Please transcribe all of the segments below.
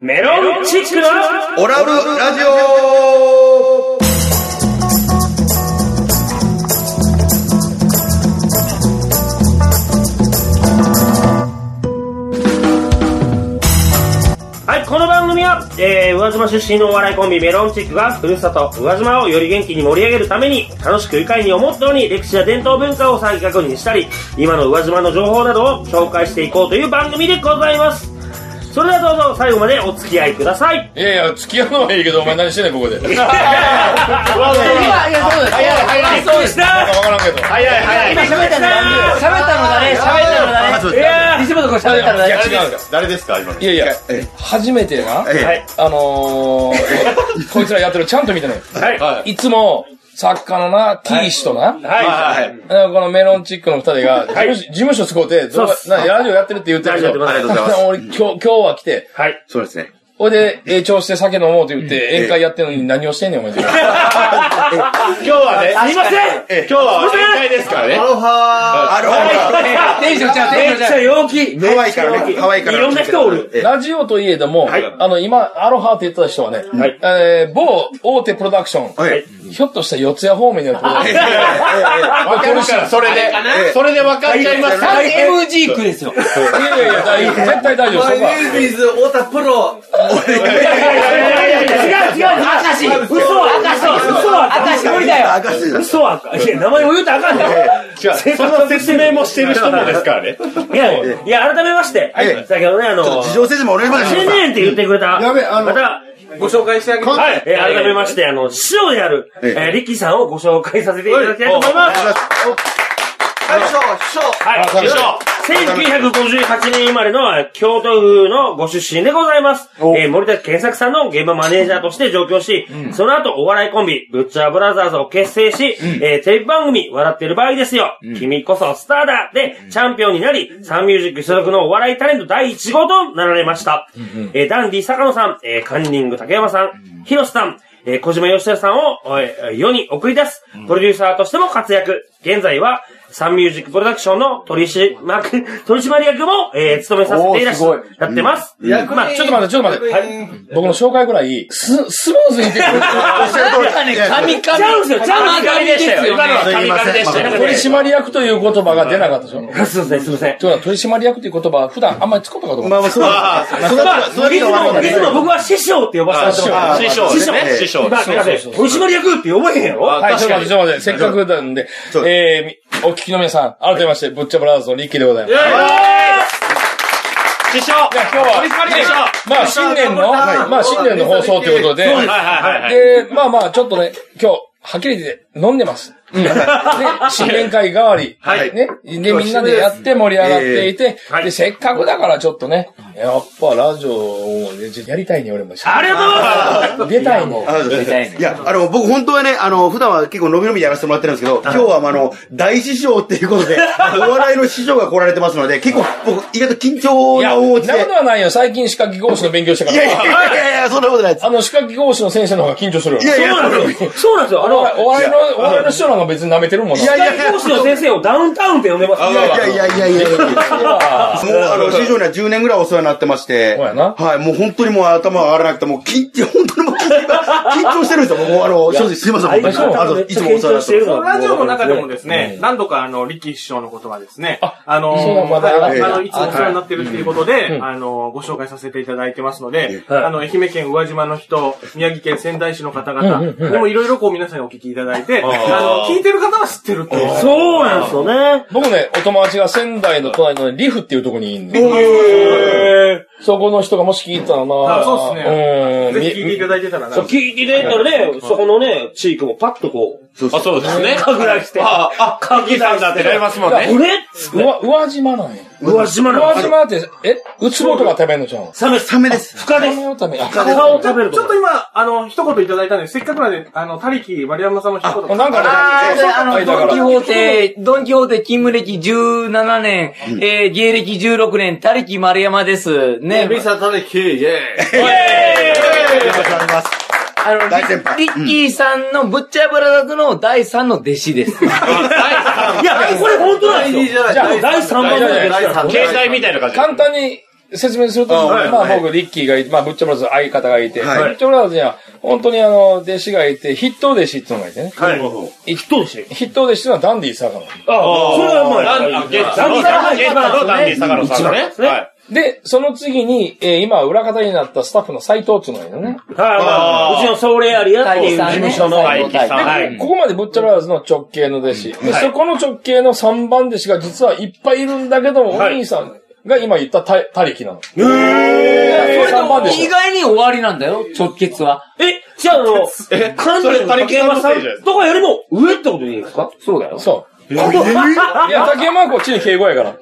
メロンチックなオラブラジオはい、この番組は、えー、宇和島出身のお笑いコンビメロンチックが、ふるさと、宇和島をより元気に盛り上げるために、楽しく愉快に思ったように、歴史や伝統文化を再確認したり、今の宇和島の情報などを紹介していこうという番組でございます。それではどうぞ最後までお付き合いください。いやいや、付き合うのはいいけど、お前何してんねん、ここで。わいや、そうです。早い、早い。そうでしたからんけど。早い早今喋ったのだね。喋ったのだね。喋ったのだね。いや西本君喋ったのだいねや、。違うんだ。誰ですか今のいやいや、初めてな、ーえはい、あのー、こいつらやってるちゃんと見てね、はい、はいつも、作家のな、T 氏とな、い、はい。い。あのこのメロンチックの二人が、事務所事務所使うて、どうそうっすなラジオやってるって言ってる大け丈ど夫で、ありがとうございます。俺今日、今日は来て、はい。そうですね。ほいで、え調子で酒飲もうって言って、宴会やってるのに何をしてんねん、お前。今日はね、すいません今日は宴会ですからね。アロハー。アロハ テンションちゃう、テめンっシちョンちゃゃう。陽気ー。ハワイからね、ハワイから。いろんな人おる。ええラジオといえども、はいあの、今、アロハって言ってた人はね、はいえー某大手プロダクション、はい。ひょっとしたら四谷方面にやってる。ええええわかるから、それで。ええそれで分かっちゃいまさっき MG 区ですよ。いやいやいや、大丈夫絶対大丈夫。そこはビーズ太田プロ違う違う嘘は明石赤し嘘は赤明石無理だよ。赤字です。嘘は赤いや、名前も言うとあかんね違う、その説明もしてる人もですからね。ん。いや、いや、改めまして、はい先ほどね、あの、事情説明お願いします。新年って言ってくれた、やべあのまた、ご紹介してあげます。はい、えー改めまして、あの、師匠である、ええー、リッキーさんをご紹介させていただきたいと思います。最初、師匠。はい、あそうです1958年生まれのえー京都府のご出身でございます。えー森田健作さんの現場マネージャーとして上京し、その後お笑いコンビ、ブッチャーブラザーズを結成し、えーテレビ番組、笑ってる場合ですよ、君こそスターだで、チャンピオンになり、サンミュージック所属のお笑いタレント第1号となられました。えーダンディ坂野さん、えーカンニング竹山さん、ヒロシさん、えー小島よしさんをえー世に送り出す、プロデューサーとしても活躍。現在は、サンミュージックプロダクションの取締役、取締役も、えー務めさせていらっしおーすゃってます。まあ、ちちょょっと待っと待って、ちょっと待って。僕の紹介ぐらい、ス、スムーズにいってる。神って。ちゃうんですよ、ちゃうんですよ。ですよ今のはすいませ神々んでしたよ。取締役という言葉が出なかったでしょ。すいません、すいません。というのは取締役という言葉は普段あんまり使ったことまない。あまあ、そうです。まあ、いつも、いつも僕は師匠って呼ばせてもらってます。匠師匠。師匠まあ、だからね取締役って呼ばへんやろはい、ちょっと待って、ちょっと待って、せっかくなんで、えー、お聞きの皆さん、改めまして、ブッチャブラザーズのリッキーでございます。師匠じゃあ今日は、師匠まあ新年の、まあ新年の放送ということで、はいはいはい。で、まあまあ、ちょっとね、今日、はっきり言って飲んでます。で、新年会代わり。はいね。で、みんなでやって盛り上がっていて、で、せっかくだからちょっとね、やっぱラジオをねやりたいね、俺も。ありがとうございます出たいね。ありがとうございます。いや、あの、僕本当はね、あの、普段は結構伸び伸びやらせてもらってるんですけど、今日はあの、大師匠っていうこと で、お笑いの師匠が来られてますので、結構僕、意外と緊張いや、ななおこうちで。いやとはないよ。最近歯科技講師の勉強したかいやいら。やいやいや、そんなことないです。あの、歯科技講師の先生の方が緊張するよ。いやいや、そうなんですよ。そうなんですよ。あおの、笑いお笑いの、お笑いの師匠なんか別に舐めてるもんな。いやいやいや大講師の先生をダウンタウンって呼んでます。いやいやいやいやいやいやいや。もう、あの、師匠には10年ぐらいお世話になってまして。そうやなはい、もう本当にもう頭が上がらなくて、もう緊張、 本当にもう緊張、緊張してるんですよ。もう、あの、正直すいません、本当に。そうあの、いつもお世話になってます。ラジオの中でもね。ですね、何度かあの、力士師匠のことはですね、あそうなの、んだはいええあの、いつもお世話になってるっていうことで、あの、ご紹介させていただいてますので、はいあの、愛媛県宇和島の人、宮城県仙台市の方々、うんうんうんでもいろいろこう皆さんにお聞きいただいて、あの、聞いてる方は知ってるっていう。そうなんですよね。僕ね、お友達が仙台の隣のリフっていうとこにいるの。へそこの人がもし聞いてたらなあそうっすねぜひ聞いていただいてたらなそう、。聞いていただいたらね、そこのね、地域もパッとこう、あ、そうですね。かぐらして。あ、あ、かぐらして。なりますもんね。俺うわ、宇和島なんや。うわ、島宇の和。島って、え、ウツボとか食べんのじゃん。サメ、サメです。深サですメ。を食べ、あ、顔を食べるちょとっと。今、あの、一言いただいたんで、せっかくなんで、あの、他力丸山さんも一言。なんかね、あの、ドンキホーテ、ドンキホーテ勤務歴17年、えー、芸歴16年、他力丸山です。ね。サ他力、イェーイ。ありがとうございます。あの、大先輩リリッキーさんのブッチャーブラザーズの第3の弟子です。いや、これ本当なんですよ。じゃ第3番目いやいやいやの簡単に説明すると、あはいまはあい僕、リッキーがいて、まあ、ブッチョブラザーズ相方がいて、はいブッチョブラザーズには、本当にあの、弟子がいて、筆頭弟子っていうのがいてね。はい。一等でしたよ。筆頭弟子っていうのはダンディ坂野。ああ、それはもう、ダンディダンディさんが一番のダンディ坂野さんがね。一番ですねはいで、その次に、えー今、裏方になったスタッフの斎藤っていうのがいるのね。はい、まあ、うちのソウレアリアっていう事務所の、はい大輝さんはここまでブッチャラーズの直系の弟子。でそこの直系の3番弟子が実はいっぱいいるんだけど、おはい兄さんが今言ったた他力なの。え3番弟意子。外に終わりなんだよ、直結は。え、じゃああの、関東の竹山さんとかよりも上ってことでいいですかそうだよ。そえーう。いや、竹山はこっちに敬語やから。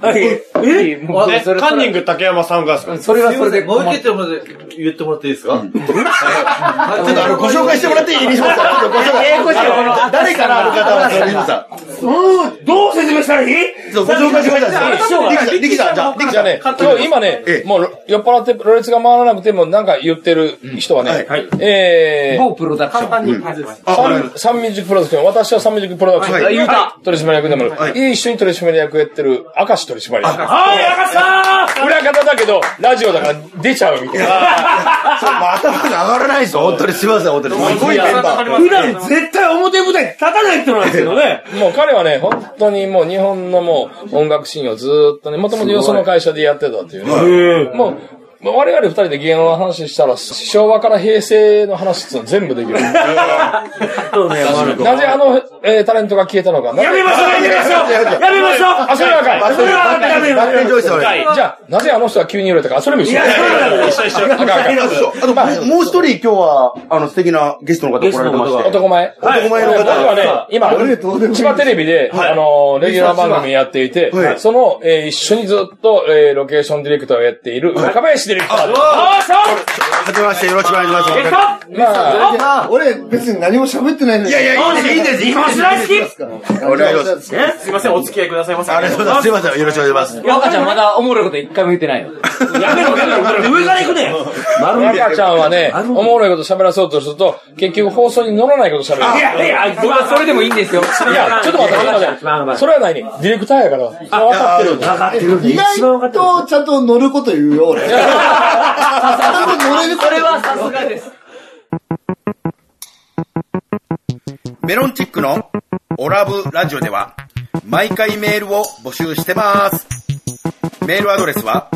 はい。えもうい。そで、れカンニング竹山さんが、それはそれで困る。てもらって、言ってもらっていいですかちょっとあの、ご紹介してもらっていい西本さん。ちょっとご紹介。ややこしいよこの誰からある方は、その西本さん。どう説明したらいいちょっとご紹介してください。リキさん、リキさん、じゃあ、リキじゃさあん。ね、今日今えね、えもう酔っ払ってろれつが回らなくてもなんか言ってる人はね、はいえー某プロダクション。あ、わかりましサンミュージックプロダクション、私はサンミュージックプロダクション、はい言うた取締役でもある、いい、一緒に取締役やってる、明石取締役。はい、赤さん裏方だけど、ラジオだから出ちゃうみたいな。たそうまあ頭が上がらないですよ。本当に、すみません、本当に。すごいメンバー。普段絶対表舞台に立たない人なんですけどね。もう彼はね、本当にもう日本のもう音楽シーンをずーっとね、もともとよその会社でやってたっていうね、うん。もう、我々二人で芸能の話したら、昭和から平成の話っていうの全部できる。 そうね、まる なぜあの、えータレントが消えたのか。やめましょう、やめましょうやめましょうあ、それはあかバんッテン、バッテン、バッテン上司さん。はいじゃあ、なぜあの人が急に売れたか、それも一緒。いやそうなんだよ一緒一緒。あかんあかんあそうあと、もうもう一人今日は、あの、素敵なゲストの方来られてまして。男前。男前の僕は方。ね、今、千葉テレビで、あの、レギュラー番組やっていては、いその、えー一緒にずっと、えーロケーションディレクターをやっている、若林ディレクターです。よいしょはじめまして、よろしくお願いします。えっとまあ、俺、別に何も喋ってないのに。いやいや、いいです、いいです。日本酒大好きえお願いします。すいません、お付き合いくださいませ。ありがとうございます。すいません、よろしくお願いします。若ちゃんまだおもろいこと一回も言ってないよ。やめろ、やめろ、上から行くね丸め赤ちゃんはね、おもろいこと喋らそうとすると、結局放送に乗らないこと喋いる。やいや、僕はそれでもいいんですよ。いや、ちょっと待って、ちょっと待ってまあまあそれはないね。ディレクターやから、分かってるんだ。分かってるんで、意一番分外かってる。とちゃんと乗ること言うよ、俺。ちゃんと乗れるそれはさすがです。メロンチックのオラブラジオでは、毎回メールを募集してます。メールアドレスは、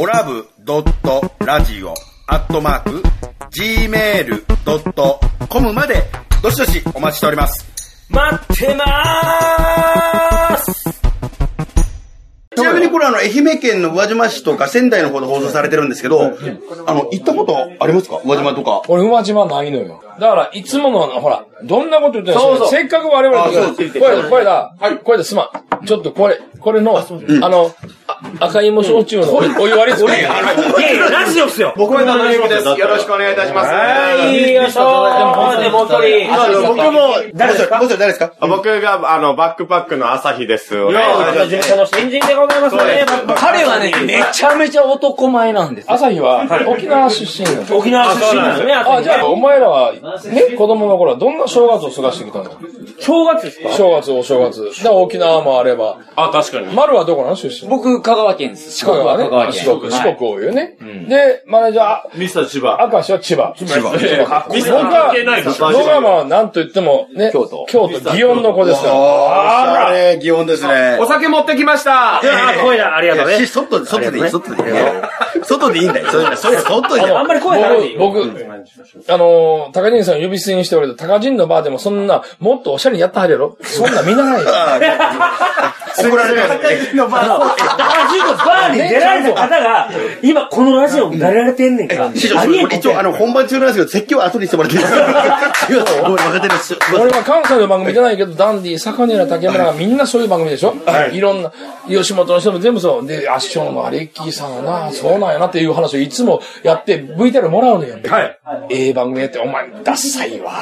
オラブドットラジオアットマーク、gmail.com まで、どしどしお待ちしております。待ってまーすちなみにこれあの、愛媛県の宇和島市とか仙台の方で放送されてるんですけど、あの、行ったことありますか宇和島とか。俺、馬島ないのよ。だから、いつもの、ほら、どんなこと言ってんそうそのうせっかく我々あそうこれ、これだ、これだ、これだ、すまん。ちょっとこれ、これの、あの、あ赤芋焼酎のお湯割り作り。いやいや、ラジオっすよ僕は七色です。よろしくお願いいたします。はい、よいしょーで、もう一人。僕も、誰ですかもちろん誰ですか僕が、あの、バックパックの朝日です。おい願いしますや、事務所の新人でございますね。彼はね、めちゃめちゃ男前なんですよ。朝日は、沖縄出身なの。沖縄出身なんですね、あ、じゃあ、お前らは、ね、子供の頃はどんな正月を過ごしてきたの正月ですか正月、お正月。で、沖縄もあれば。あ、確かに。丸はどこなの出身僕、香川県です。四国はね香川。県。四国、四国多いよね。で、マネージャー、あミスター千葉。明石は千葉。千葉。僕は、関係ないでしょ野川はなんと言っても、ね、京都、京都、祇園の子ですから。あら祇園ですね。お酒持ってきましたあ、声だ、ありがとういやね。外で、外でいい、外でいい。外でいいんだよ。それは、それは外でいい。あんまり声だ僕、僕、あのー、高人さんを呼び捨てにしておれた高人のバーでもそんな、もっとおしゃれにやったはるやろそんな見ないよ。怒られる。あ、ちょっとバーに出られた方が、今このラジオに出られてんねんか。師匠、ありえん一応、あの、本番中なんですけど、説教は後にしてもらっていいですか違うごめん、若手です。すいません俺は関西の番組じゃないけど、ダンディ、坂根ら竹村がみんなそういう番組でしょ、い、ろんな、吉本の人も全部そう。で、圧勝のアレッキーさんがな、そうなんやなっていう話をいつもやって、VTR もらうのよ。はい。ええ番組やって、お前、ダッサいわ。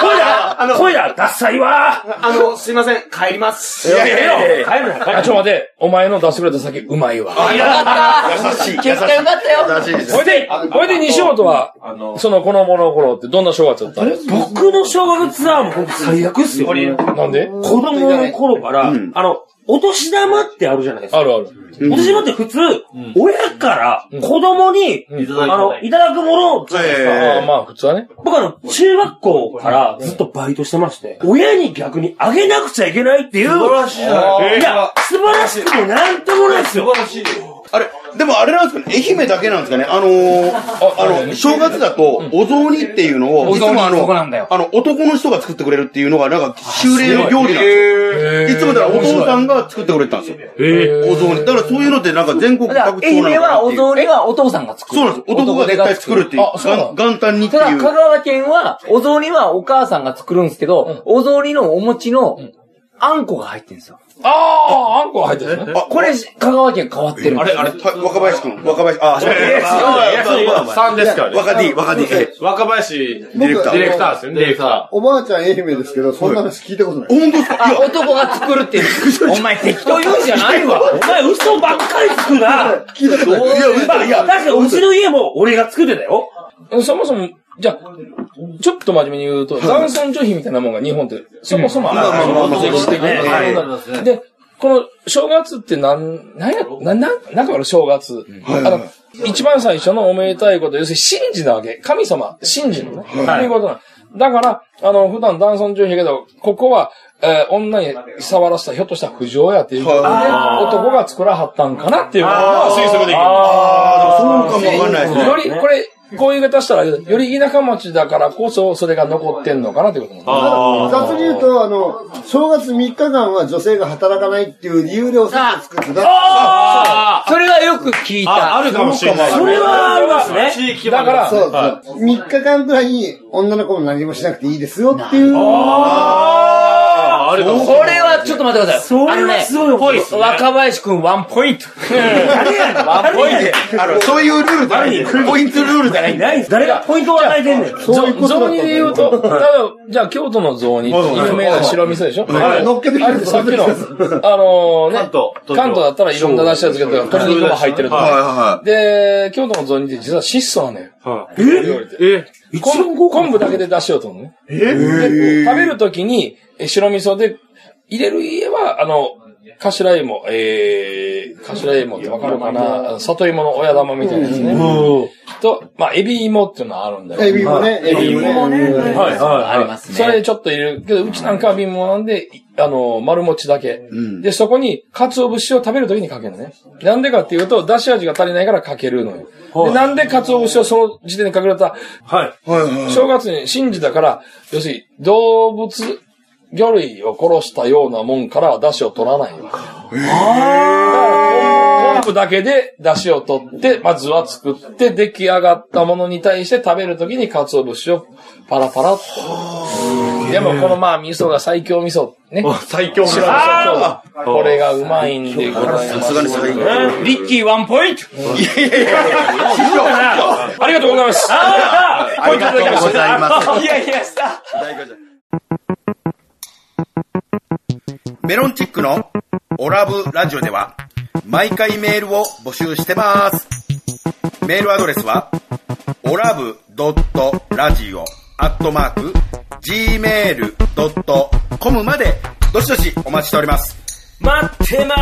声だ声だダッサいわあの、すいません、帰ります。いやいやいや、帰るな、帰あ、ちょ、待て。お前の出してくれた先、うまいわ。優しい。優しい。よかったよ。優しいですほ。いで、ほいで、西本は、その、子供の頃ってどんな正月だった僕の小学ツアーも本当最悪っすよ。なんで子供の頃から、あの、お年玉ってあるじゃないですか。あるある。お年玉って普通、親から子供に、あの、いただくものじゃないですか。ああ、まあ、普通はね。僕あの、中学校からずっとバイトしてまして、親に逆にあげなくちゃいけないっていう。素晴らしい。いや、素晴らしくもなんともないですよ。あれ、でもあれなんですかね、愛媛だけなんですかね、あのー、あの、正月だと、お雑煮っていうのを、お雑煮いつもあそこなんだよの、あの、男の人が作ってくれるっていうのが、なんか、修例の料理なんですよ。いつもだからお父さんが作ってくれてたんですよ。お雑煮。だからそういうのってなんか全国だから、各地愛そうなの媛かなはっおていう。雑煮はお父さんが作る。そうなんです。男が絶対作るっていう。あそうなの元元旦にっていただ、う。香川県は、お雑煮はお母さんが作るんですけど、お雑煮のお餅の、あんこが入ってるんですよ。ああ、あんこが入ってるんですね。これ、香川県変わってるんあですれ、あれ、た若林くん。若林、あ、そう3ですからね。若 D、若 D。え若林、僕、ディレクタディレクターですよね、ディレクタおばあちゃん愛媛ですけど、そんな話聞いたことない。本当ですかいあ、や、男が作るっていう。お前適当言うんじゃないわ。お前嘘ばっかりつくな。聞いたことない。まあ、いや、確かにうちの家も俺が作ってたよ。そもそも、じゃあ、ちょっと真面目に言うと、残存女卑みたいなもんが日本って、そもそもある。はいで、この正月ってなん、なんや、な、な、なんかある正月。あの、一番最初のおめでたいこと、要するに神事なわけ。神様、神事のね。と、い、うことなのだから、あの、普段男尊女卑やけど、ここは、えー女に触らせた、ひょっとしたら不浄やっていうことで、男が作らはったんかなっていうのは推測できる。あー、でもそうかもわかんないですね。より、これ、こういう言い方したら、より田舎町だからこそ、それが残ってんのかなってことなんだ雑に言うと、あの、正月3日間は女性が働かないっていう理由でおせちを作ってた。それはよく聞いー。あ、た。あるかもしれない。それはありますね。地域だ版かがら、そうそう。3日間くらい女の子も何もしなくていいですよっていう。あるかもしこれは、ちょっと待ってください。それはすごいあのね若林くんワンポイント。ワンポイント。あの、そういうルールじゃないんですポイントルールじゃないんですない誰がポイントを与えてんねん。そういうことだ雑ったん煮だで言ようと、ただ、じゃあ京都の雑煮って有名な白味噌でしょあれ乗っけてきあれてさっきの、あのね、関東だったらいろんな出汁がつけてるから、鶏肉も入ってるとはいか。はで、京都の雑煮って実は質素なのよ。え昆布昆布だけで出汁を取るのね。で食べるときに、え白味噌で、入れる家は、あの、頭芋、えー、頭芋ってわかるかなあの里芋の親玉みたいなやつね。と、まあ、エビ芋っていうのはあるんだよ。エビもね、エビもね。はいあはりい。ますそれね。ちょっと入れるけど、うちなんかは貧乏なんで、いあの、丸餅だけ。で、そこに、鰹節を食べるときにかけるのね。なんでかっていうと、出汁味が足りないからかけるのよ。で、なんで鰹節をその時点でかけると、はい。正月に神事だから、要するに、動物、魚類を殺したようなもんからは出汁を取らないよ。だから昆布だけで出汁を取って、まずは作って、出来上がったものに対して食べるときに鰹節をパラパラっと。でもこのまあ味噌が最強味噌ね。最強の白味噌今日これがうまいんでございい。まさすす。がに最後。リッキーワンポイント。ありがとうございます。ありがとうございます。いやいや、さ。メロンチックのオラブラジオでは毎回メールを募集してます。メールアドレスはオラブドットラジオアットマーク gmail.com までどしどしお待ちしております。待ってま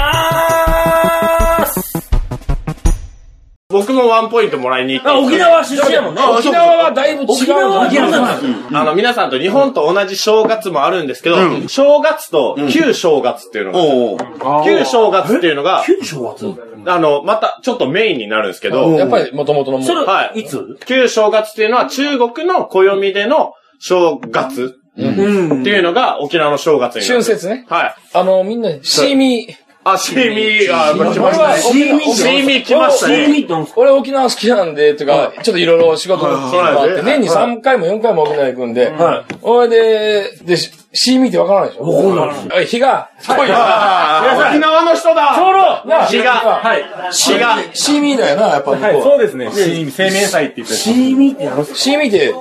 ーす僕もワンポイントもらいに行って。あ、沖縄出身やもんね。沖縄はだいぶ違う沖縄は沖縄なんだあの、皆さんと日本と同じ正月もあるんですけど、正月と旧正月っていうのが、おう旧正月っていうのが、旧正月あの、またちょっとメインになるんですけど、やっぱり元々のもその。れ、はいいつ旧正月っていうのは中国の暦での正月っていうのが沖縄の正月になる。春節ね。はい。あの、みんな、シーミー。あ、シーミー、あ、こっちも俺はシーミー沖縄シーミー来ましたシーね。ミーってなんすか俺沖縄好きなんで、とか、ちょっといろいろ仕事のことがあって、年に3回も4回も沖縄行くんで、おいで、で、しシーミーってわからないでしょわかんないおい日が、来いよ。沖縄の人だな日が、はい。シーが、シーミーだよな、やっぱ向こうは。そうですね。生命祭って言ってシーミーってなんすシーミーって、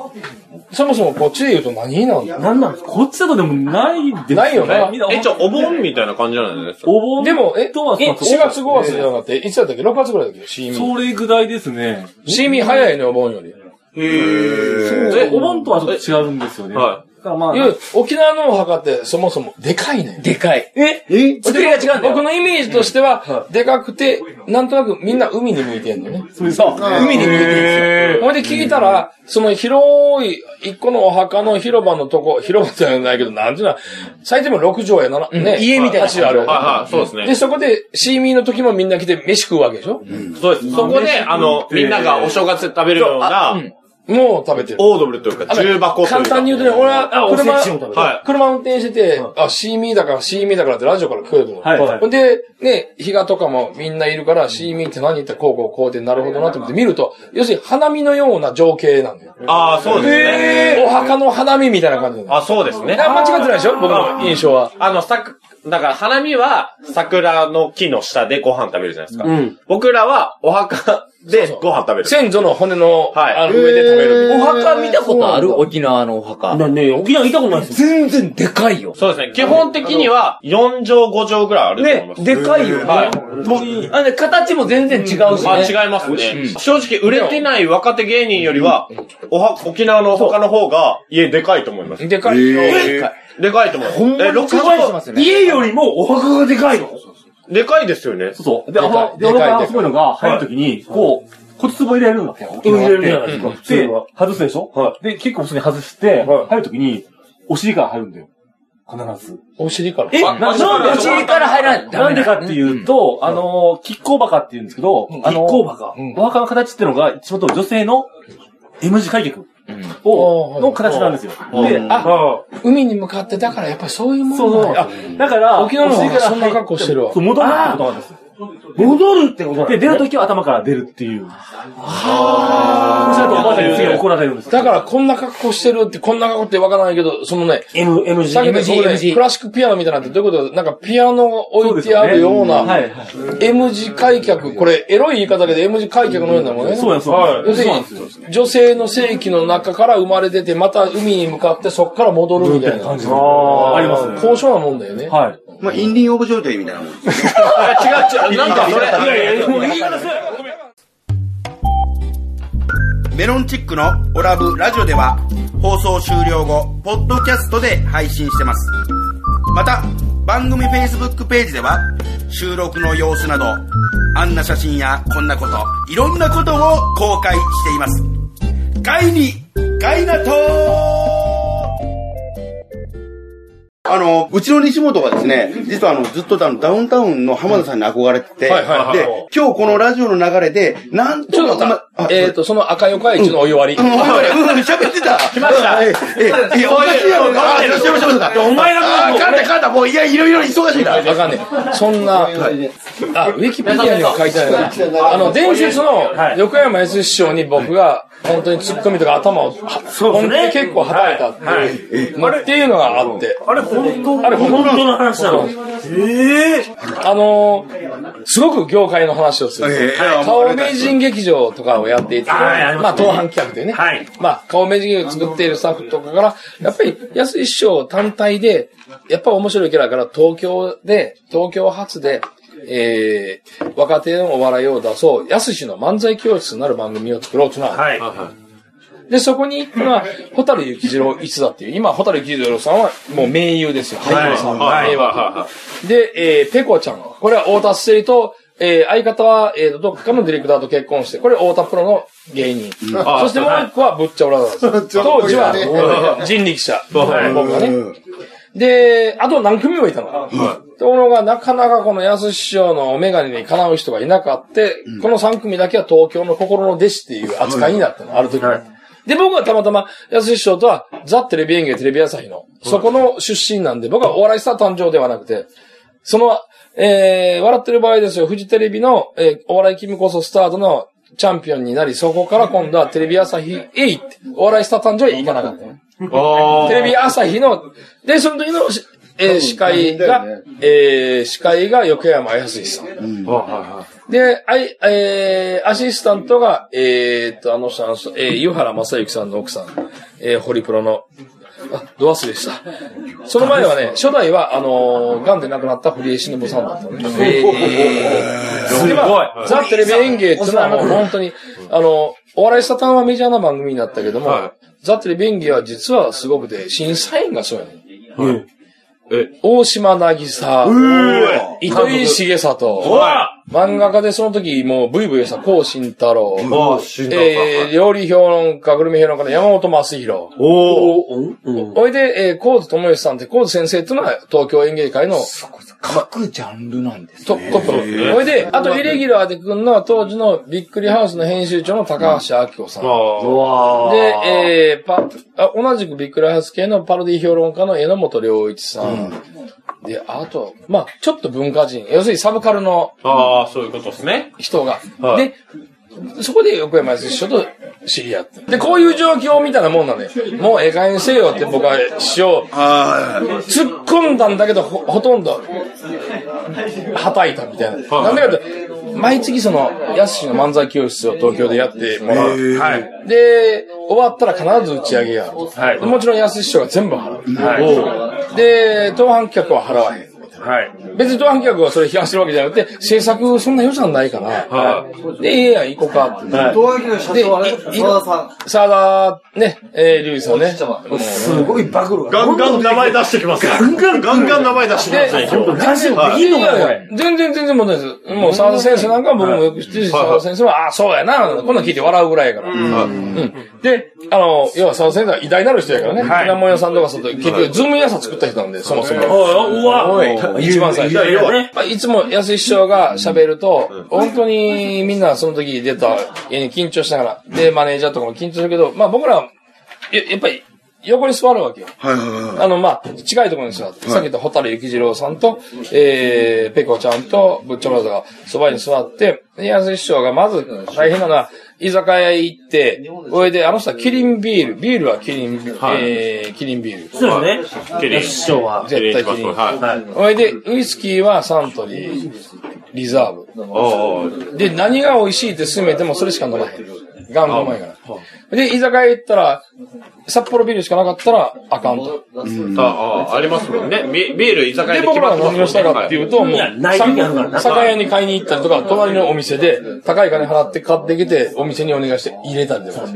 そもそもこっちで言うと何なんだなんなんですかこっちだとでもないですないよなみんなえ、ちょ、お盆みたいな感じなんですかお盆でも、え、えとは4月5月じゃなくて、いつだったっけ ?6 月ぐらいだっけシーミー。それぐらいですね。シーミー早いね、お盆より。え、お盆とはちょっと違うんですよね。はだからまあい、や沖縄のお墓ってそもそもでかいねん。でかい。ええ作りが違うんだよ僕のイメージとしては、でかくて、なんとなくみんな海に向いてんのね。海に向いほいで聞いたら、その広い、一個のお墓の広場のとこ、広場じゃないけど、なんていうの、最低も6畳やな、ね。家みたいな8ある。はい、そうですね。で、そこで、シーミーの時もみんな来て飯食うわけでしょそうです。そこで、あの、みんながお正月で食べるような、もう食べてる。オードブルというか、重箱というか。簡単に言うとね、俺はあ、おせ車、ちも食べはい。車運転してて、あ、シーミーだから、シーミーだからってラジオから聞こえるの。はいはいほんで、ね、日がとかもみんないるから、シーミーって何ってこうこうこうでなるほどなと思って見ると、要するに花見のような情景なんだよ。ああ、そうですね。お墓の花見みたいな感じなんだよ。あ、そうですね。あ間違ってないでしょ僕の印象は。あの、さく、だから、花見は、桜の木の下でご飯食べるじゃないですか。僕らは、お墓でご飯食べる。先祖の骨の、はいあの上で食べる。えーお墓見たことあそるうなんだ沖縄のお墓。なんで、沖縄行ったことないです全然でかいよ。そうですね。基本的には、4畳、5畳ぐらいあると思ねいま、す。でかいよね。はい。あで形も全然違うしあ、ね。違いますね。正直、売れてない若手芸人よりは、おは、沖縄の他の方が、家でかいと思います。でかいよ。でかいと思います。え、6ちゃいします畳、よね。家よりもお墓がでかいのでかいですよね。そう。で、あかいの、で、俺がすごいのが、入るときに、こう、骨壺入れるんだよ。入れるじゃないですか、普通では。、外すでしょはで、結構普通に外して、はい入るときに、お尻から入るんだよ。必ず。お尻から。え、ななんでなんお尻から入らない。なんでかってう。いうと、あのー、キッコーバカって言うんですけど、あのー、キッコーバカうんお墓の形っていうのが、一番と女性の M 字開脚を、うんの形なんですよ。で、あ、あ海に向かって、だからやっぱりそういうもんそうそう。あだから、沖縄の方お尻がからそんな格好してるわそう、戻るってことなんですよ。戻るってことなで、の出るときは頭から出るっていう。はぁそうするとおばあちゃんに次怒られるんですよだからこんな格好してるって、こんな格好ってわからないけど、そのね、 M、M 字さっきのそこで MG クラシックピアノみたいなってどういうことなんかピアノが置いてあるような、はい。はい M 字開脚、これエロい言い方だけど M 字開脚のようなもんね。そうなんですよ。要するに、女性の性器の中から生まれ出て、また海に向かってそこから戻るみたいな感じであありますね。高尚なもんだよね。はい。まあ、インディンオブ状態みたいなもん。違う違う、なんかそれ、メロンチックのオラブラジオでは放送終了後、ポッドキャストで配信してます。また、番組 Facebook ページでは収録の様子など、あんな写真やこんなこと、いろんなことを公開しています。ガイに、ガイナトーあの、うちの西本がですね、実はあの、ずっとあの、ダウンタウンの浜田さんに憧れてて、はいはいはいで、今日このラジオの流れで、なんちょっととか待あった。えっ、と、その赤横駅のお湯割り。うん、うん、喋ってた。来ました。え、え、え、おかしいやろ。あ、いらっしゃいました、いらっしゃいました。お前らが。あ、かんだ、かんだ、もう、いや、いろいろ忙しいな。わかんねえ。そんな、あ、ウィキペディアには書いてないな。あの、伝説の横山康師匠に僕が本当にツッコミとか頭を、本当に結構叩いたっていうのっていうのがあって、あれ、本当あれ、本当の話なのええあのー、すごく業界の話をする。ええいやもう顔名人劇場とかをやっていて、はいありまあ、ますね当番企画でね。はいまあ、顔名人劇場を作っているスタッフとかから、やっぱり、安井師匠単体で、やっぱ面白いキャラだから、東京で、東京発で、えー、若手のお笑いを出そう、安氏の漫才教室になる番組を作ろうとなる。はい。で、そこに行ったのは、ホタル幸次郎一座っていう、今、ホタル幸次郎さんはもう名優ですよ。俳優さん。名脇で、えー、ペコちゃん。これは太田スセリと、えー、相方は、えーと、どっかのディレクターと結婚して、これ太田プロの芸人。そしてもう一個はぶっちゃオラザーズ。ちょっと当時はねうん人力車。僕がね。で、あと何組もいたの。ところが、なかなかこの安師匠のお眼鏡にかなう人がいなかって、この3組だけは東京の心の弟子っていう扱いになったの、ある時に。で、僕はたまたま、安井師匠とは、ザ・テレビ演芸テレビ朝日の、そこの出身なんで、僕はお笑いスター誕生ではなくて、その、えー、笑ってる場合ですよ、フジテレビの、えーお笑い君こそスタートのチャンピオンになり、そこから今度はテレビ朝日へ行って、お笑いスター誕生へ行かなかったの。テレビ朝日の、で、その時のし、えー司会が、大変だよえー司会が横山康さん。で、あい、えー、アシスタントが、えーっと、あの人、あの人、えー、湯原正幸さんの奥さん、えー、ホリプロの、あ、ドアスでした。その前はね、初代は、あのー、癌で亡くなった堀江忍さんだったのね。すごい。ザ・テレビ演芸っていうのはもう本当に、あの、お笑いスタタンはメジャーな番組になったけども、ザ・テレビ演芸は実はすごくて、審査員がそうやねん。え、大島渚、糸井重里、漫画家でその時もうブイブイさ、高慎太郎、えー、料理評論家、グルメ評論家の山本正宏。おー。おいで、えー、コーズ智義さんって、コーズ先生というのは東京演芸会の各ジャンルなんです。トップ、トップの。おいで、あとイレギュラーで来るのは当時のビックリハウスの編集長の高橋明子さん。で、えーパあ、同じくビックリハウス系のパロディ評論家の榎本良一さん。で、あと、まあちょっと文化人、要するにサブカルのああ、そういうことですね。人が。で、そこで横山康一と知り合って。で、こういう状況みたいなもんなんで、もうええ加減にせよって僕は師匠、突っ込んだんだけど、ほほとんど、はたいたみたいな。なんでかって、毎月その、やすしの漫才教室を東京でやってもらう。はい。で、終わったら必ず打ち上げやると。はいでもちろんやすし師匠が全部払う。はい。で、当番企画は払わへん。はい。別に当番企画はそれ批判してるわけじゃなくて、制作そんな予算ないから、で、ええやん、行こうかって。はい東京の社長はね、でいい沢田ささだ、ね、えー、リュウジさんね。ん。すごいバグるガンガン名前出してきます。ガンガンガンガン名前出してきますね、今日。いやいやいや全然全然問題ないです。もう沢田先生なんかは僕もよく知ってるし、沢田先生は、ああ、そうやな、こんなん聞いて笑うぐらいやから。うんで、あの、要は沢田先生は偉大なる人やからね。船物屋さんとかそうと、結局、ズーム屋さん作った人なんで、そもそも。うわ一番最初。ね。まあいつも安井師匠が喋ると、本当にみんなその時出た家に緊張しながら、で、マネージャーとかも緊張するけど、まあ僕らは、ややっぱり、横に座るわけよ。はいはいはいはい。あの、まあ、近いところに座って、さっき言った蛍幸次郎さんと、えー、ペコちゃんと、ぶっちょばざがそばに座って、で安井師匠がまず大変なのは、居酒屋へ行って、それで、あの人はキリンビール、ビールはキリン、えー、キリンビール。そうですね。キリン。師匠は。絶対キリン。はい。それで、ウイスキーはサントリー、リザーブ。で、何が美味しいって勧めてもそれしか飲まへん。ガン飲まへんから。で、居酒屋行ったら、札幌ビールしかなかったらあかんと。ああ、ありますもんね。ビビール居酒で、屋で僕らが何をしたかってう。いうと、もういや、ない時あるからなさ酒屋に買いに行ったりとか、隣のお店で、高い金払って買ってきて、お店にお願いして入れたりとか。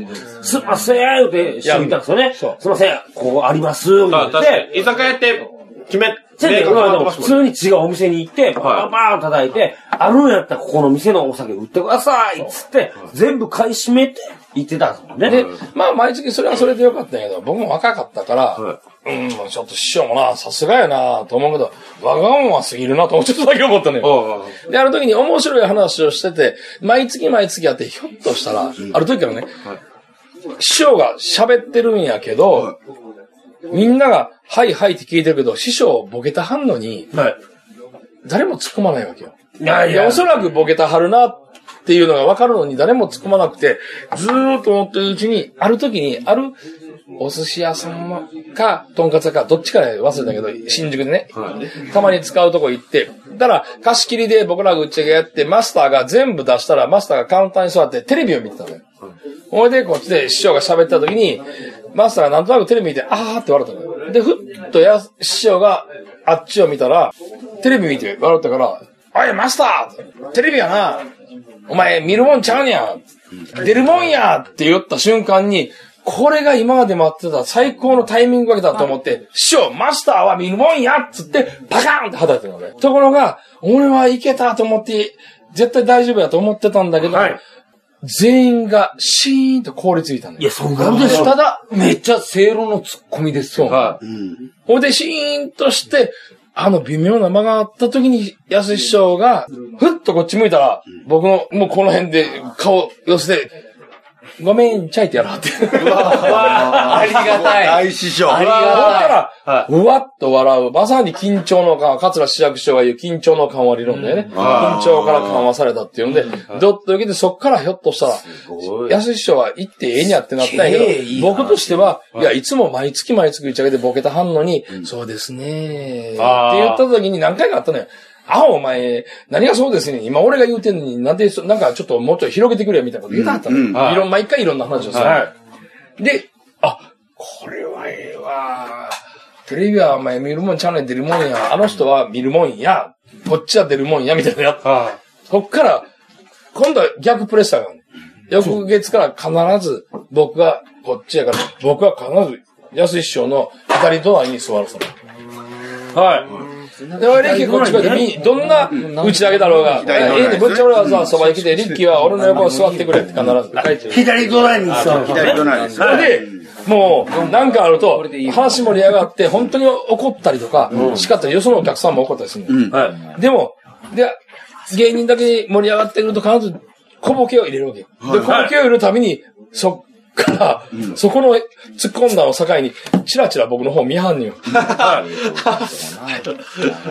すいません、言うて、師匠言ったんですよね。すいません、こうあります、言うあ確かて。に。居酒屋って決め、せやけでど、あの普通に違うお店に行って、パンパン叩いて、あるんやったらここの店のお酒売ってくださいっつって、全部買い占めて行ってたんですもんね。で、 まあ毎月それはそれでよかったんやけど、僕も若かったから、うん、ちょっと師匠もな、さすがやなと思うけど、わがまま過ぎるなと思うちょっとだけ思ったのよ。で、ある時に面白い話をしてて、毎月毎月やって、ひょっとしたら、ある時からね、師匠が喋ってるんやけど、みんなが、はいはいって聞いてるけど、師匠ボケたはんのに、はい誰も突っ込まないわけよ。いやいいや、やお、そらくボケたはるなっていうのが分かるのに誰も突っ込まなくて、ずーっと思ってるうちに、ある時に、ある、お寿司屋さんか、とんかつ屋か、どっちかで忘れたけど、新宿でね、たまに使うとこ行って、だから、貸し切りで僕らが打ち上げやって、マスターが全部出したら、マスターがカウンターに座ってテレビを見てたのよ。ほいで、こっちで師匠が喋った時に、マスターがなんとなくテレビ見て、あーって笑ったのよ。で、ふっとや、師匠があっちを見たら、テレビ見て笑ったから、おい、マスターテレビやなお前見るもんちゃうんや出るもんやって言った瞬間に、これが今まで待ってた最高のタイミングわけだと思って、師匠、マスターは見るもんやっつって、パカーンって叩いてるのね。ところが、俺はいけたと思って、絶対大丈夫やと思ってたんだけど、はい全員がシーンと凍りついたのよ。いや、そんなんでしょ。ただ、めっちゃ正論の突っ込みですよ。ほんで、シーンとして、あの微妙な間があった時に、安井師匠が、ふっとこっち向いたら、僕の、もうこの辺で顔寄せて、ごめん、チャイってやろうって。ありがたい。大師匠。ありだがから、うわっと笑う。まさに緊張の緩和、桂市役所が言う緊張の緩和理論だよね。緊張から緩和されたっていうので、どっと受けて、そっからひょっとしたら、安い師匠は行ってええにゃってなったんやけど、僕としては、いや、いつも毎月毎月打ち上げてボケた反応に、そうですねーって言った時に何回かあったのよ。あ、お前、何がそうですね。今俺が言うてんのに、なんでそ、なんかちょっともうちょい広げてくれよみたいなこと言うたはったのよ。うんいろん、毎回いろんな話をする。で、あ、これはええわ。テレビはお前見るもんちゃうねん出るもんや。あの人は見るもんや。こっちは出るもんや、みたいなやつ。そっから、今度は逆プレッシャーがあるの。翌月から必ず僕がこっちやから、僕は必ず、安一師匠の左隣に座るその。はい。で、俺、リッキーこっちこうやってみ、どんな打ち上げだろうが、左隣ええで、ぶっちゃ俺はさ、そばに来て、リッキーは俺の横に座ってくれって必ず書いてる。左隣に座る左隣にそれで、もう、なんかあると、話盛り上がって、本当に怒ったりとか、叱ったり、よそのお客さんも怒ったりするのはいでも、で、芸人だけに盛り上がってくると必ず小ボケを入れるわけよ。で、小ボケを入れるたびに、そっから、そこの突っ込んだのを境に、チラチラ僕の方見はんのよ。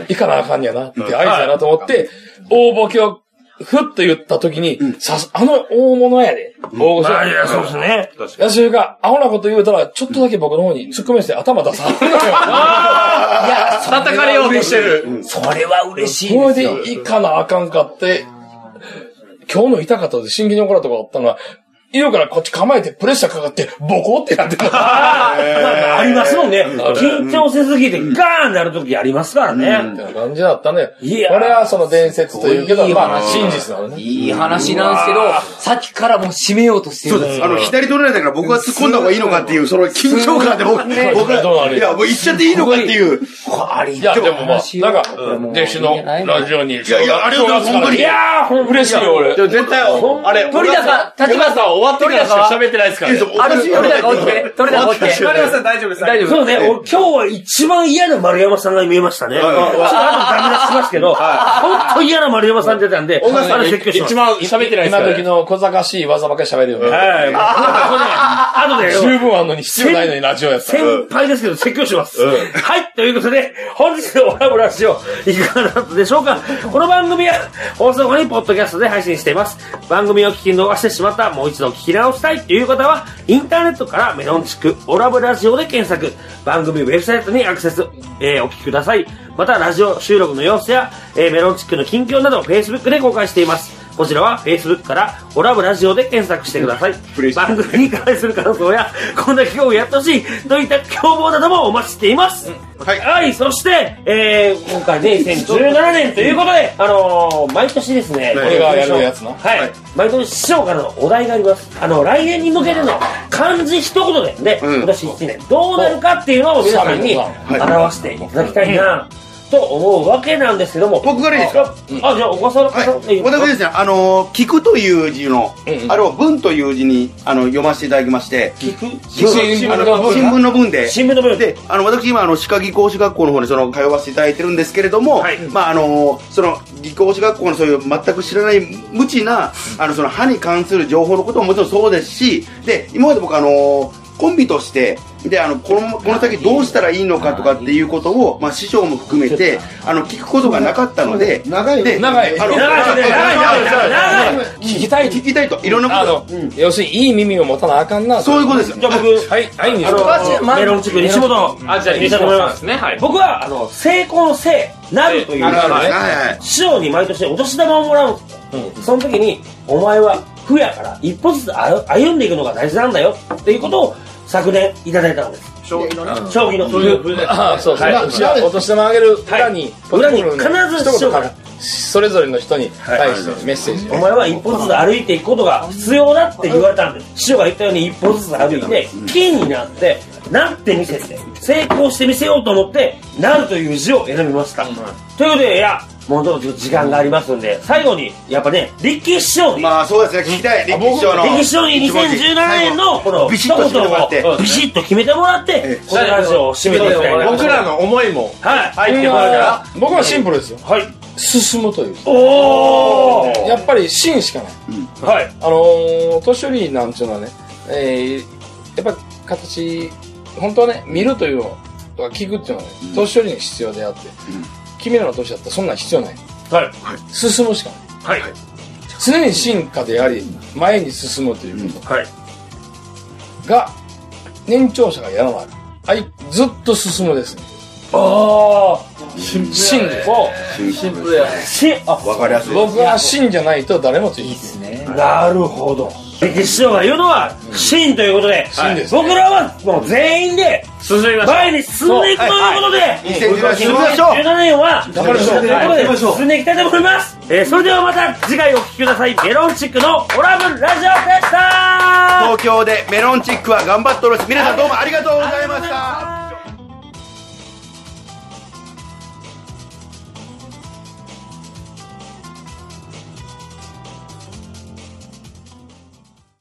いかなあかんやなって合図やなと思って、大ボケをふっと言った時に、さす、あの大物やで。大御所。あいや、そうですね。やしが、アホなこと言うたら、ちょっとだけ僕の方に突っ込みして頭出さはるのよ。いや、叩かれようとしてる。それは嬉しいこでれすよ。でいかなあかんかって、今日の痛かったで真剣に怒られたことがあったのは、色からこっち構えてプレッシャーかかって、ボコってやってた。 ああ、ありますもんね。緊張せすぎてガーンなるときありますからね。みたいな感じだったね。いやーこれはその伝説というけど、すごいまあ、話真実なのね。いい話なんですけど、さっきからもう締めようとしてる。そうです。あの、左隣だから僕は突っ込んだ方がいいのかっていう、その緊張感で僕、僕どうなるいや、もう行っちゃっていいのかっていう。ありいや、でもまあ、話をなんか、弟子のラジオに、いやいやありがとうございますいやー、ほん嬉しいよ、俺。でも絶対、あれ、鳥高、立高花さん終わってからしか喋ってないですからね。ある鳥高起きて、鳥高起きて。マリオさん大丈夫です。大丈夫。そうね、俺今日は一番嫌な丸山さんが見えましたね。ちょっと後ダメ出ししますけど、本当嫌な丸山さん出たんで、あの説教します。一番喋ってないです今からね時。の小賢しい技ばっかり喋るよね。はい。もうこれね後で十分あんのに必要ないのにラジオやったら。先輩ですけど、説教します。はい、ということで、本日のオラブラジオ、いかがだったでしょうかこの番組は、放送後にポッドキャストで配信しています。番組を聞き逃してしまった、もう一度聞き直したいという方は、インターネットからメロンチックオラブラジオで検索、番組ウェブサイトにアクセス、えーお聞きください。また、ラジオ収録の様子や、えーメロンチックの近況など、Facebook で公開しています。こちらは Facebook からオラブラジオで検索してください。番組に関する感想や、こんな企画をやってほしいといった凶暴などもお待ちしています。はい。そして、えー、今回ね、2017年ということで、あのー毎年ですね、俺がやるやつな。はい、毎年師匠からのお題があります。あの、来年に向けての漢字一言で、ね、今年1年どうなるかっていうのを皆さんに表していただきたいな、と思うわけなんですけども。僕からいいですかあ、じゃあ、小笠原はいさん、いい、ですか私ですね、あのー、聞くという字の、あれを文という字に、あの、読ませていただきまして、聞く新聞の文新聞の文で、新聞の文で、あの、私今、あの、歯科技工士学校の方にその、通わせていただいてるんですけれども、はいまあ、あの、その、技工士学校のそういう全く知らない無知な、あの、その、歯に関する情報のことももちろんそうですし、で、今まで僕、あの、コンビとして、で、あの、この、この先どうしたらいいのかとかっていうことを、まあ、師匠も含めて、あの、聞くことがなかったので、長いで、長いあの長いね長い長い長い聞きたい聞きたいと、いろんなあことの、要するにいい耳を持たなあかんな。そういうことですよ。じゃあ僕、はい、はい、あの、メロンチック西本、あ、じゃあ、西本さんですね。はい。僕は、あの、成功のせい、なるという、はいはいはい。師匠に毎年お年玉をもらうんですよ。その時に、お前は、負やから、一歩ずつ歩歩んでいくのが大事なんだよ、っていうことを、昨年いただいたんです。将棋のね。将棋の歩。ああ、そうそう。はいお年玉お年玉あげる裏に、裏にポケモンの必ず一しよ言うかからら、それぞれの人に対してメッセージお。前は一歩ずつ歩いていくことが必要だって言われたんです師匠が言ったように一歩ずつ歩いて金になってなってみせて成功してみせようと思ってなるという字を選びました、ということでいやもうちょっと時間がありますんで最後にやっぱね力士師匠に、まあそうですね、聞きたい、歴史上の。力士師匠に2017年のこのビ一シッと決めてもらって言をビシッと決めてもらってこのラジオを締めていきたいな僕らの思いもはい入ってもらうから。僕はシンプルですよ。はい進むという。おーやっぱり芯しかない。はいあのー、年寄りなんちゅうのはね、えー、やっぱ形、本当はね、見るというのとか聞くっていうのはね、年寄りに必要であって、君らの年だったらそんなん必要ない。はい進むしかない。はい常に進化であり、前に進むということ。はいが、年長者がやらない。はい、ずっと進むですね。ああ進です。しあわかりやすい。僕は進じゃないと誰もついてない。なるほど。歴史上が言うのは、真ということで、真です僕らはもう全員で、進みましょう。前に進んでいくということで、 2017進みましょう2017年は、頑張りましょう。というはいことで、進んでいきたいと思います。えーそれではまた次回お聞きください。メロンチックのオラブラジオでした東京でメロンチックは頑張っておろし皆さんどうもありがとうございました